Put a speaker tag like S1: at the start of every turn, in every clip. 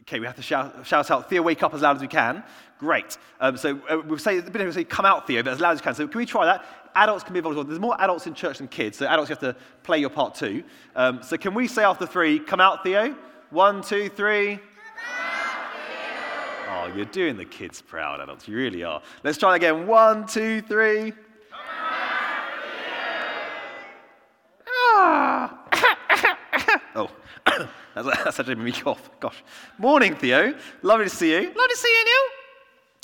S1: Okay, we have to shout, shout out, Theo, wake up as loud as we can. Great. Um, so uh, we'll say, we've been able to say, come out, Theo, but as loud as you can. So can we try that? Adults can be involved as well. There's more adults in church than kids, so adults, you have to play your part too. Um, so can we say after three, come out, Theo? One, two, three. Oh, you're doing the kids proud, adults. You really are. Let's try it again. One, two, three. Ah. oh, that's, that's such a me cough. Gosh. Morning, Theo. Lovely to see you. Lovely to see you,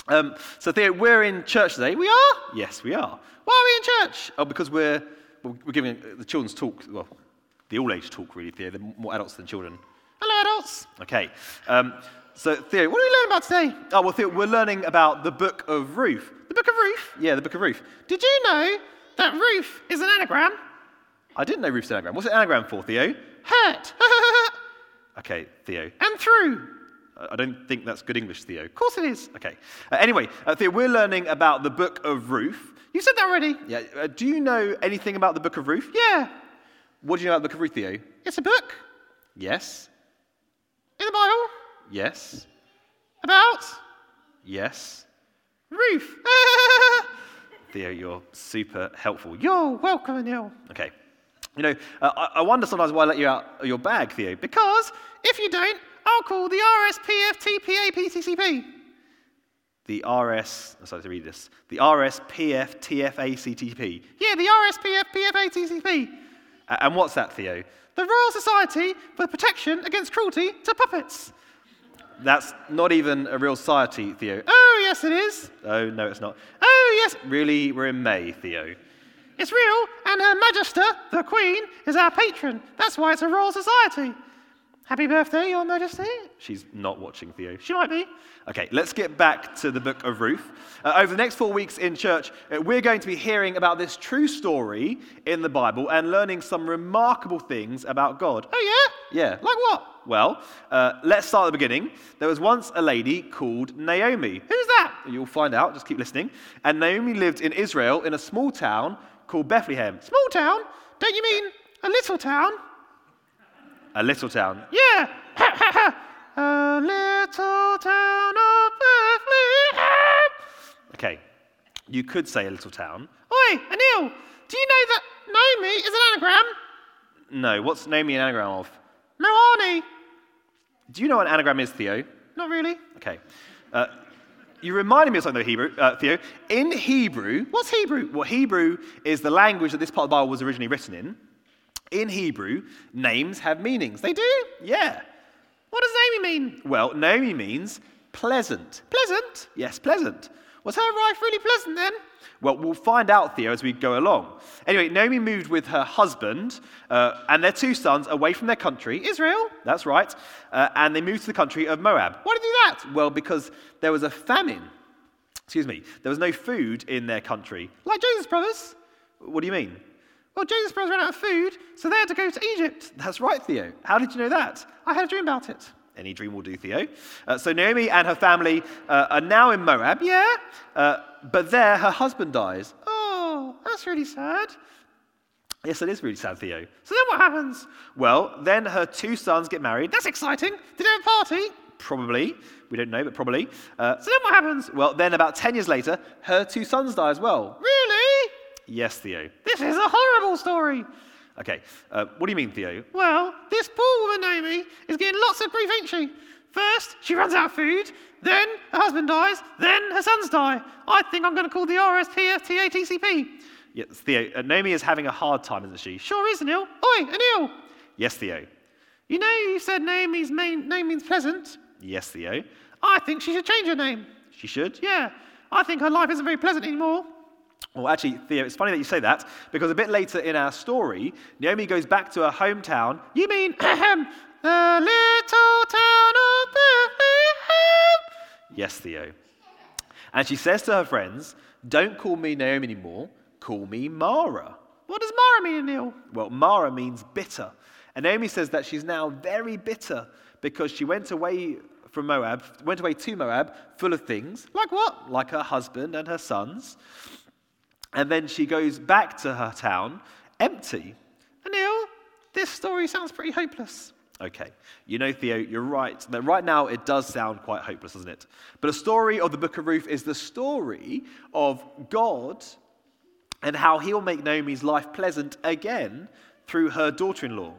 S1: Neil. Um, so, Theo, we're in church today. We are? Yes, we are. Why are we in church? Oh, because we're, we're giving the children's talk, well, the all age talk, really, Theo. They're more adults than children. Hello, adults. Okay. Um, so, Theo, what are we learning about today? Oh, well, Theo, we're learning about the Book of Ruth. The Book of Ruth? Yeah, the Book of Ruth. Did you know that Ruth is an anagram? I didn't know Ruth's an anagram. What's an anagram for, Theo? Hurt. okay, Theo. And through. I don't think that's good English, Theo. Of course it is. Okay. Uh, anyway, uh, Theo, we're learning about the Book of Ruth. You said that already. Yeah. Uh, do you know anything about the Book of Ruth? Yeah. What do you know about the Book of Ruth, Theo? It's a book. Yes. In the Bible? Yes. About? Yes. Ruth. Theo, you're super helpful. You're welcome, Neil. Okay. You know, uh, I, I wonder sometimes why I let you out of your bag, Theo, because if you don't, I'll call the RSPFTPAPTCP. The RS, I'm sorry to read this, the RSPFTFACTP. Yeah, the RSPFPFATCP. A- And what's that, Theo? The Royal Society for Protection Against Cruelty to Puppets. That's not even a real society, Theo. Oh, yes, it is. Oh, no, it's not. Oh, yes. Really, we're in May, Theo. It's real, and Her Majesty, the Queen, is our patron. That's why it's a royal society. Happy birthday, Your Majesty. She's not watching Theo. She might be. Okay, let's get back to the book of Ruth. Uh, over the next four weeks in church, uh, we're going to be hearing about this true story in the Bible and learning some remarkable things about God. Oh, yeah? Yeah. Like what? Well, uh, let's start at the beginning. There was once a lady called Naomi. Who's that? You'll find out. Just keep listening. And Naomi lived in Israel in a small town called Bethlehem. Small town? Don't you mean a little town? A little town. Yeah. a little town of Bethlehem. Okay. You could say a little town. Oi, Anil, do you know that Naomi is an anagram? No, what's Naomi an anagram of? Moani. Do you know what an anagram is, Theo? Not really. Okay. Uh, you reminded me of something, though, Hebrew, uh, Theo. In Hebrew, what's Hebrew? Well, Hebrew is the language that this part of the Bible was originally written in. In Hebrew, names have meanings. They do? Yeah. What does Naomi mean? Well, Naomi means pleasant. Pleasant? Yes, pleasant. Was her life really pleasant then? Well, we'll find out, Theo, as we go along. Anyway, Naomi moved with her husband uh, and their two sons away from their country, Israel. That's right. Uh, and they moved to the country of Moab. Why did they do that? Well, because there was a famine. Excuse me. There was no food in their country. Like Joseph's brothers? What do you mean? Well, Joseph's brothers ran out of food, so they had to go to Egypt. That's right, Theo. How did you know that? I had a dream about it. Any dream will do, Theo. Uh, so Naomi and her family uh, are now in Moab, yeah? Uh, but there, her husband dies. Oh, that's really sad. Yes, it is really sad, Theo. So then what happens? Well, then her two sons get married. That's exciting. Did they have a party? Probably. We don't know, but probably. Uh, so then what happens? Well, then about 10 years later, her two sons die as well. Really? Yes, Theo. This is a horrible story. Okay, uh, what do you mean, Theo? Well, this poor woman, Naomi, is getting lots of grief, ain't she? First, she runs out of food, then her husband dies, then her sons die. I think I'm going to call the RSPFTATCP. Yes, Theo, uh, Naomi is having a hard time, isn't she? Sure is, Anil. Oi, Anil! Yes, Theo. You know you said Naomi's main, name means pleasant? Yes, Theo. I think she should change her name. She should? Yeah. I think her life isn't very pleasant anymore. Well, actually, Theo, it's funny that you say that because a bit later in our story, Naomi goes back to her hometown. You mean ahem, the little town of Bethlehem? Yes, Theo. And she says to her friends, Don't call me Naomi anymore, call me Mara. What does Mara mean, Neil? Well, Mara means bitter. And Naomi says that she's now very bitter because she went away from Moab, went away to Moab full of things. Like what? Like her husband and her sons. And then she goes back to her town empty. Anil, this story sounds pretty hopeless. Okay. You know, Theo, you're right. That right now it does sound quite hopeless, doesn't it? But a story of the book of Ruth is the story of God and how he will make Naomi's life pleasant again through her daughter in law.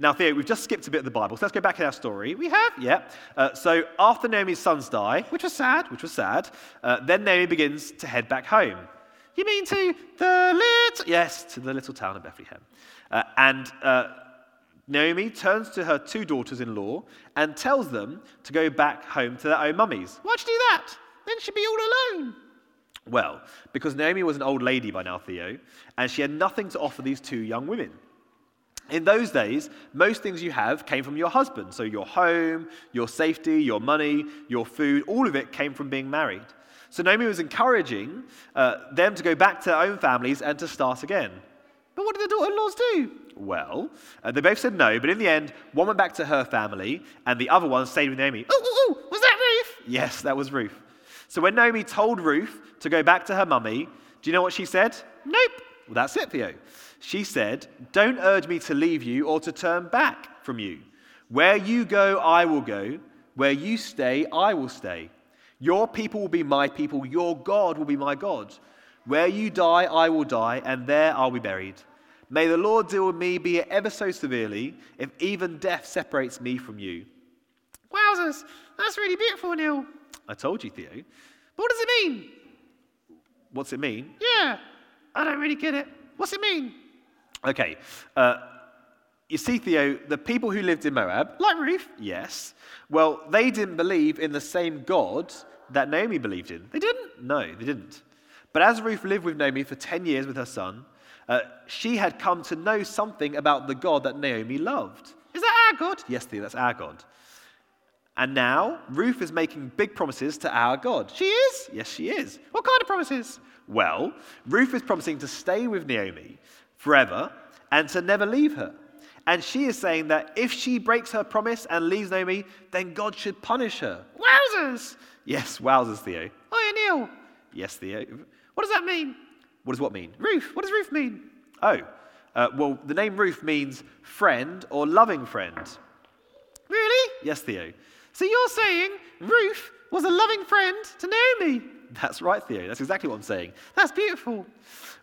S1: Now, Theo, we've just skipped a bit of the Bible, so let's go back in our story. We have, yeah. Uh, so after Naomi's sons die, which was sad, which was sad, uh, then Naomi begins to head back home. You mean to the little, yes, to the little town of Bethlehem. Uh, and uh, Naomi turns to her two daughters in law and tells them to go back home to their own mummies. Why'd you do that? Then she'd be all alone. Well, because Naomi was an old lady by now, Theo, and she had nothing to offer these two young women. In those days, most things you have came from your husband. So your home, your safety, your money, your food, all of it came from being married. So Naomi was encouraging uh, them to go back to their own families and to start again. But what did the daughter in laws do? Well, uh, they both said no, but in the end, one went back to her family and the other one stayed with Naomi.
S2: Ooh, ooh, ooh, was that Ruth?
S1: Yes, that was Ruth. So when Naomi told Ruth to go back to her mummy, do you know what she said?
S2: Nope.
S1: Well, that's it, Theo. She said, Don't urge me to leave you or to turn back from you. Where you go, I will go. Where you stay, I will stay. Your people will be my people. Your God will be my God. Where you die, I will die, and there I'll be buried. May the Lord deal with me, be it ever so severely, if even death separates me from you.
S2: Wowzers, that's really beautiful, Neil.
S1: I told you, Theo.
S2: But what does it mean?
S1: What's it mean?
S2: Yeah, I don't really get it. What's it mean?
S1: Okay. Uh, you see, Theo, the people who lived in Moab,
S2: Like Ruth?
S1: yes, well, they didn't believe in the same God that Naomi believed in.
S2: They didn't?
S1: No, they didn't. But as Ruth lived with Naomi for 10 years with her son, uh, she had come to know something about the God that Naomi loved.
S2: Is that our God?
S1: Yes, Theo, that's our God. And now, Ruth is making big promises to our God.
S2: She is?
S1: Yes, she is.
S2: What kind of promises?
S1: Well, Ruth is promising to stay with Naomi forever and to never leave her. And she is saying that if she breaks her promise and leaves Naomi, then God should punish her.
S2: Wowzers!
S1: Yes, wowzers, Theo.
S2: Oh, yeah, Neil.
S1: Yes, Theo.
S2: What does that mean?
S1: What does what mean?
S2: Ruth, what does Ruth mean?
S1: Oh, uh, well, the name Ruth means friend or loving friend.
S2: Really?
S1: Yes, Theo.
S2: So you're saying Ruth was a loving friend to Naomi?
S1: That's right, Theo. That's exactly what I'm saying.
S2: That's beautiful.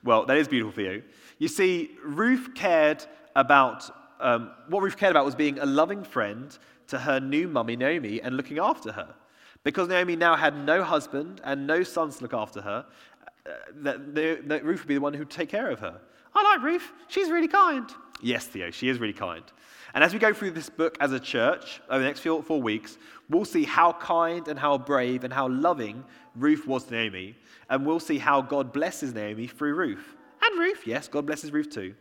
S1: Well, that is beautiful, Theo. You see, Ruth cared about um, what Ruth cared about was being a loving friend to her new mummy Naomi and looking after her. Because Naomi now had no husband and no sons to look after her, uh, that, that that Ruth would be the one who'd take care of her.
S2: I like Ruth. She's really kind.
S1: Yes, Theo, she is really kind. And as we go through this book as a church over the next few, four weeks, we'll see how kind and how brave and how loving Ruth was to Naomi. And we'll see how God blesses Naomi through Ruth.
S2: And Ruth.
S1: Yes, God blesses Ruth too.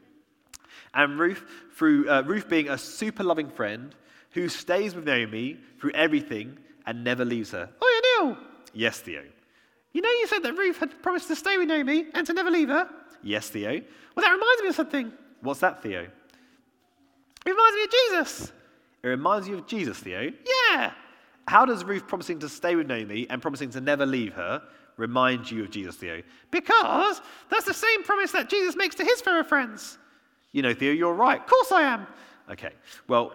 S1: And Ruth, through uh, Ruth being a super loving friend who stays with Naomi through everything and never leaves her.
S2: Oh, yeah, Neil.
S1: Yes, Theo.
S2: You know you said that Ruth had promised to stay with Naomi and to never leave her?
S1: Yes, Theo.
S2: Well, that reminds me of something.
S1: What's that, Theo?
S2: It reminds me of Jesus.
S1: It reminds you of Jesus, Theo.
S2: Yeah.
S1: How does Ruth promising to stay with Naomi and promising to never leave her remind you of Jesus, Theo?
S2: Because that's the same promise that Jesus makes to his fellow friends.
S1: You know, Theo, you're right.
S2: Of course I am.
S1: Okay. Well,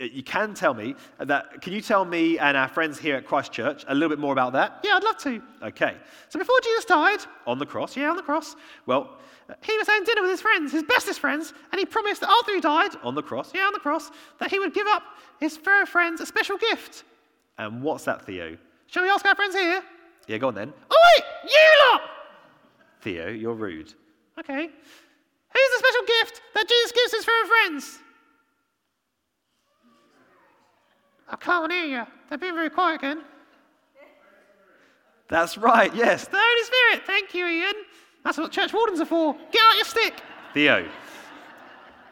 S1: y- you can tell me that. Can you tell me and our friends here at Christchurch a little bit more about that?
S2: Yeah, I'd love to.
S1: Okay.
S2: So before Jesus died,
S1: On the cross.
S2: yeah, on the cross,
S1: Well,
S2: he was having dinner with his friends, his bestest friends, and he promised that after he died,
S1: on the cross.
S2: yeah, on the cross, that he would give up his fellow friends a special gift.
S1: And what's that, Theo?
S2: Shall we ask our friends here? Oh,
S1: Yeah, go on then.
S2: Oi, you lot!
S1: Theo, you're rude.
S2: Okay. Who's the special gift that Jesus gives his fellow friends? I can't hear you. They've been very quiet again.
S1: That's right, yes.
S2: The Holy Spirit. Thank you, Ian. That's what church wardens are for. Get out your stick.
S1: Theo,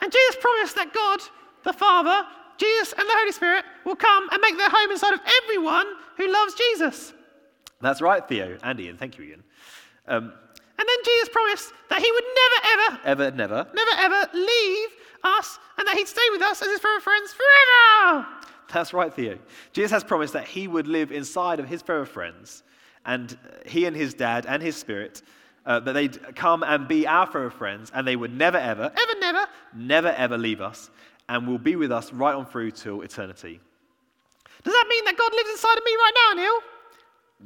S2: And Jesus promised that God, the Father, Jesus, and the Holy Spirit will come and make their home inside of everyone who loves Jesus.
S1: that's right, Theo. And Ian, thank you, Ian. Um,
S2: And then Jesus promised that he would never, ever,
S1: ever, never.
S2: never, ever leave us and that he'd stay with us as his fellow friends forever.
S1: That's right, Theo. Jesus has promised that he would live inside of his fellow friends, and uh, he and his dad and his spirit, uh, that they'd come and be our fellow friends, and they would never, ever,
S2: Ever, never,
S1: never, ever leave us, and will be with us right on through till eternity.
S2: Does that mean that God lives inside of me right now, Neil?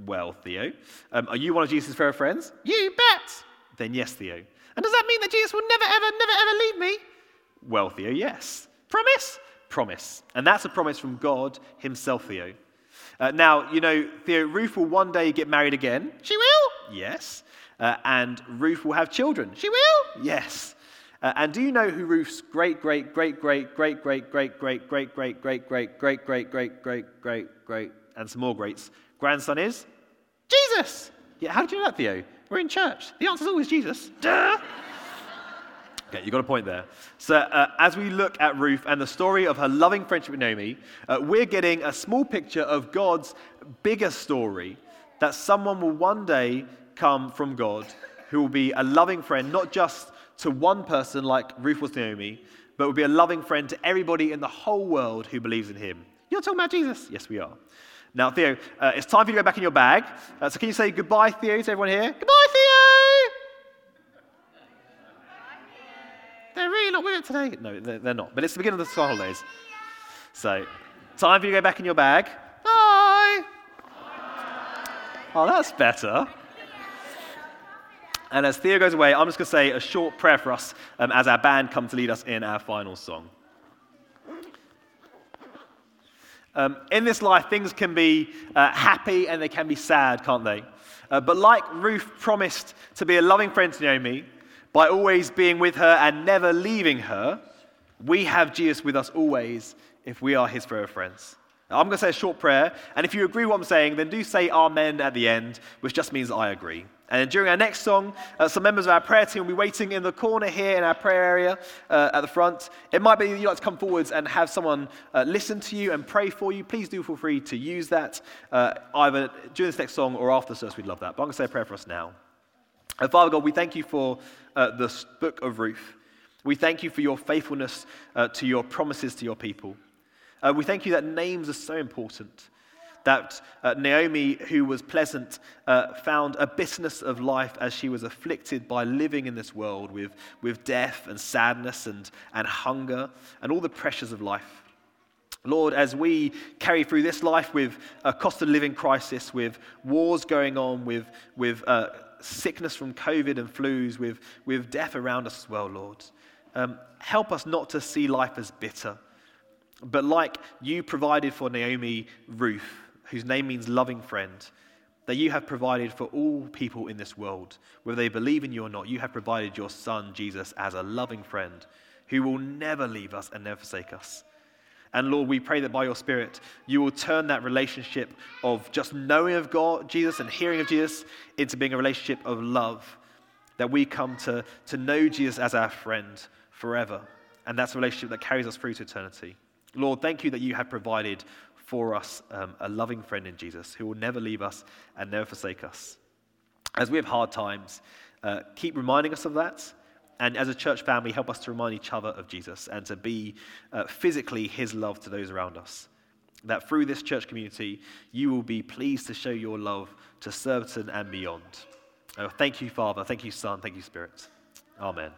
S1: Well, Theo, um, are you one of Jesus' fair friends?
S2: You bet.
S1: Then yes, Theo.
S2: And does that mean that Jesus will never, ever, never, ever leave me?
S1: Well, Theo, yes.
S2: Promise?
S1: Promise. And that's a promise from God Himself, Theo. Uh, now, you know, Theo, Ruth will one day get married again.
S2: She will?
S1: Yes. Uh, and Ruth will have children.
S2: She will?
S1: Yes. Uh, and do you know who Ruth's great, great, great, great, great, great, great, great, great, great, great, great, great, great, great, great, great, great, and some more greats grandson is?
S2: Jesus!
S1: Yeah, how did you know that, Theo?
S2: We're in church. The answer's always Jesus.
S1: Duh. Okay, you got a point there. So, uh, as we look at Ruth and the story of her loving friendship with Naomi, uh, we're getting a small picture of God's bigger story that someone will one day come from God who will be a loving friend, not just to one person like Ruth was to Naomi, but will be a loving friend to everybody in the whole world who believes in him.
S2: You're talking about Jesus.
S1: Yes, we are. Now, Theo, uh, it's time for you to go back in your bag. Uh, so, can you say goodbye, Theo, to everyone here?
S2: Goodbye, Theo! They're really not with it today.
S1: No, they're, they're not. But it's the beginning of the school holidays. So, time for you to go back in your bag.
S2: Bye!
S1: Oh, that's better. And as Theo goes away, I'm just going to say a short prayer for us um, as our band come to lead us in our final song. Um, in this life, things can be uh, happy and they can be sad, can't they? Uh, but like Ruth promised to be a loving friend to Naomi by always being with her and never leaving her, we have Jesus with us always if we are his forever friends. Now, I'm going to say a short prayer, and if you agree with what I'm saying, then do say Amen at the end, which just means I agree. And during our next song, uh, some members of our prayer team will be waiting in the corner here in our prayer area uh, at the front. It might be that you'd like to come forwards and have someone uh, listen to you and pray for you. Please do feel free to use that uh, either during this next song or after the service. We'd love that. But I'm going to say a prayer for us now. And Father God, we thank you for uh, the book of Ruth. We thank you for your faithfulness uh, to your promises to your people. Uh, we thank you that names are so important. That uh, Naomi, who was pleasant, uh, found a bitterness of life as she was afflicted by living in this world with, with death and sadness and, and hunger and all the pressures of life. Lord, as we carry through this life with a cost of living crisis, with wars going on, with, with uh, sickness from COVID and flus, with, with death around us as well, Lord, um, help us not to see life as bitter, but like you provided for Naomi Ruth, whose name means loving friend, that you have provided for all people in this world, whether they believe in you or not, you have provided your son, Jesus, as a loving friend who will never leave us and never forsake us. And Lord, we pray that by your Spirit, you will turn that relationship of just knowing of God, Jesus, and hearing of Jesus into being a relationship of love. That we come to, to know Jesus as our friend forever. And that's a relationship that carries us through to eternity. Lord, thank you that you have provided for us um, a loving friend in Jesus who will never leave us and never forsake us as we have hard times, uh, keep reminding us of that. And as a church family, help us to remind each other of Jesus and to be uh, physically his love to those around us. That through this church community, you will be pleased to show your love to Oh, Surbiton and beyond. Uh, thank you, Father. Thank you, Son. Thank you, Spirit. Amen.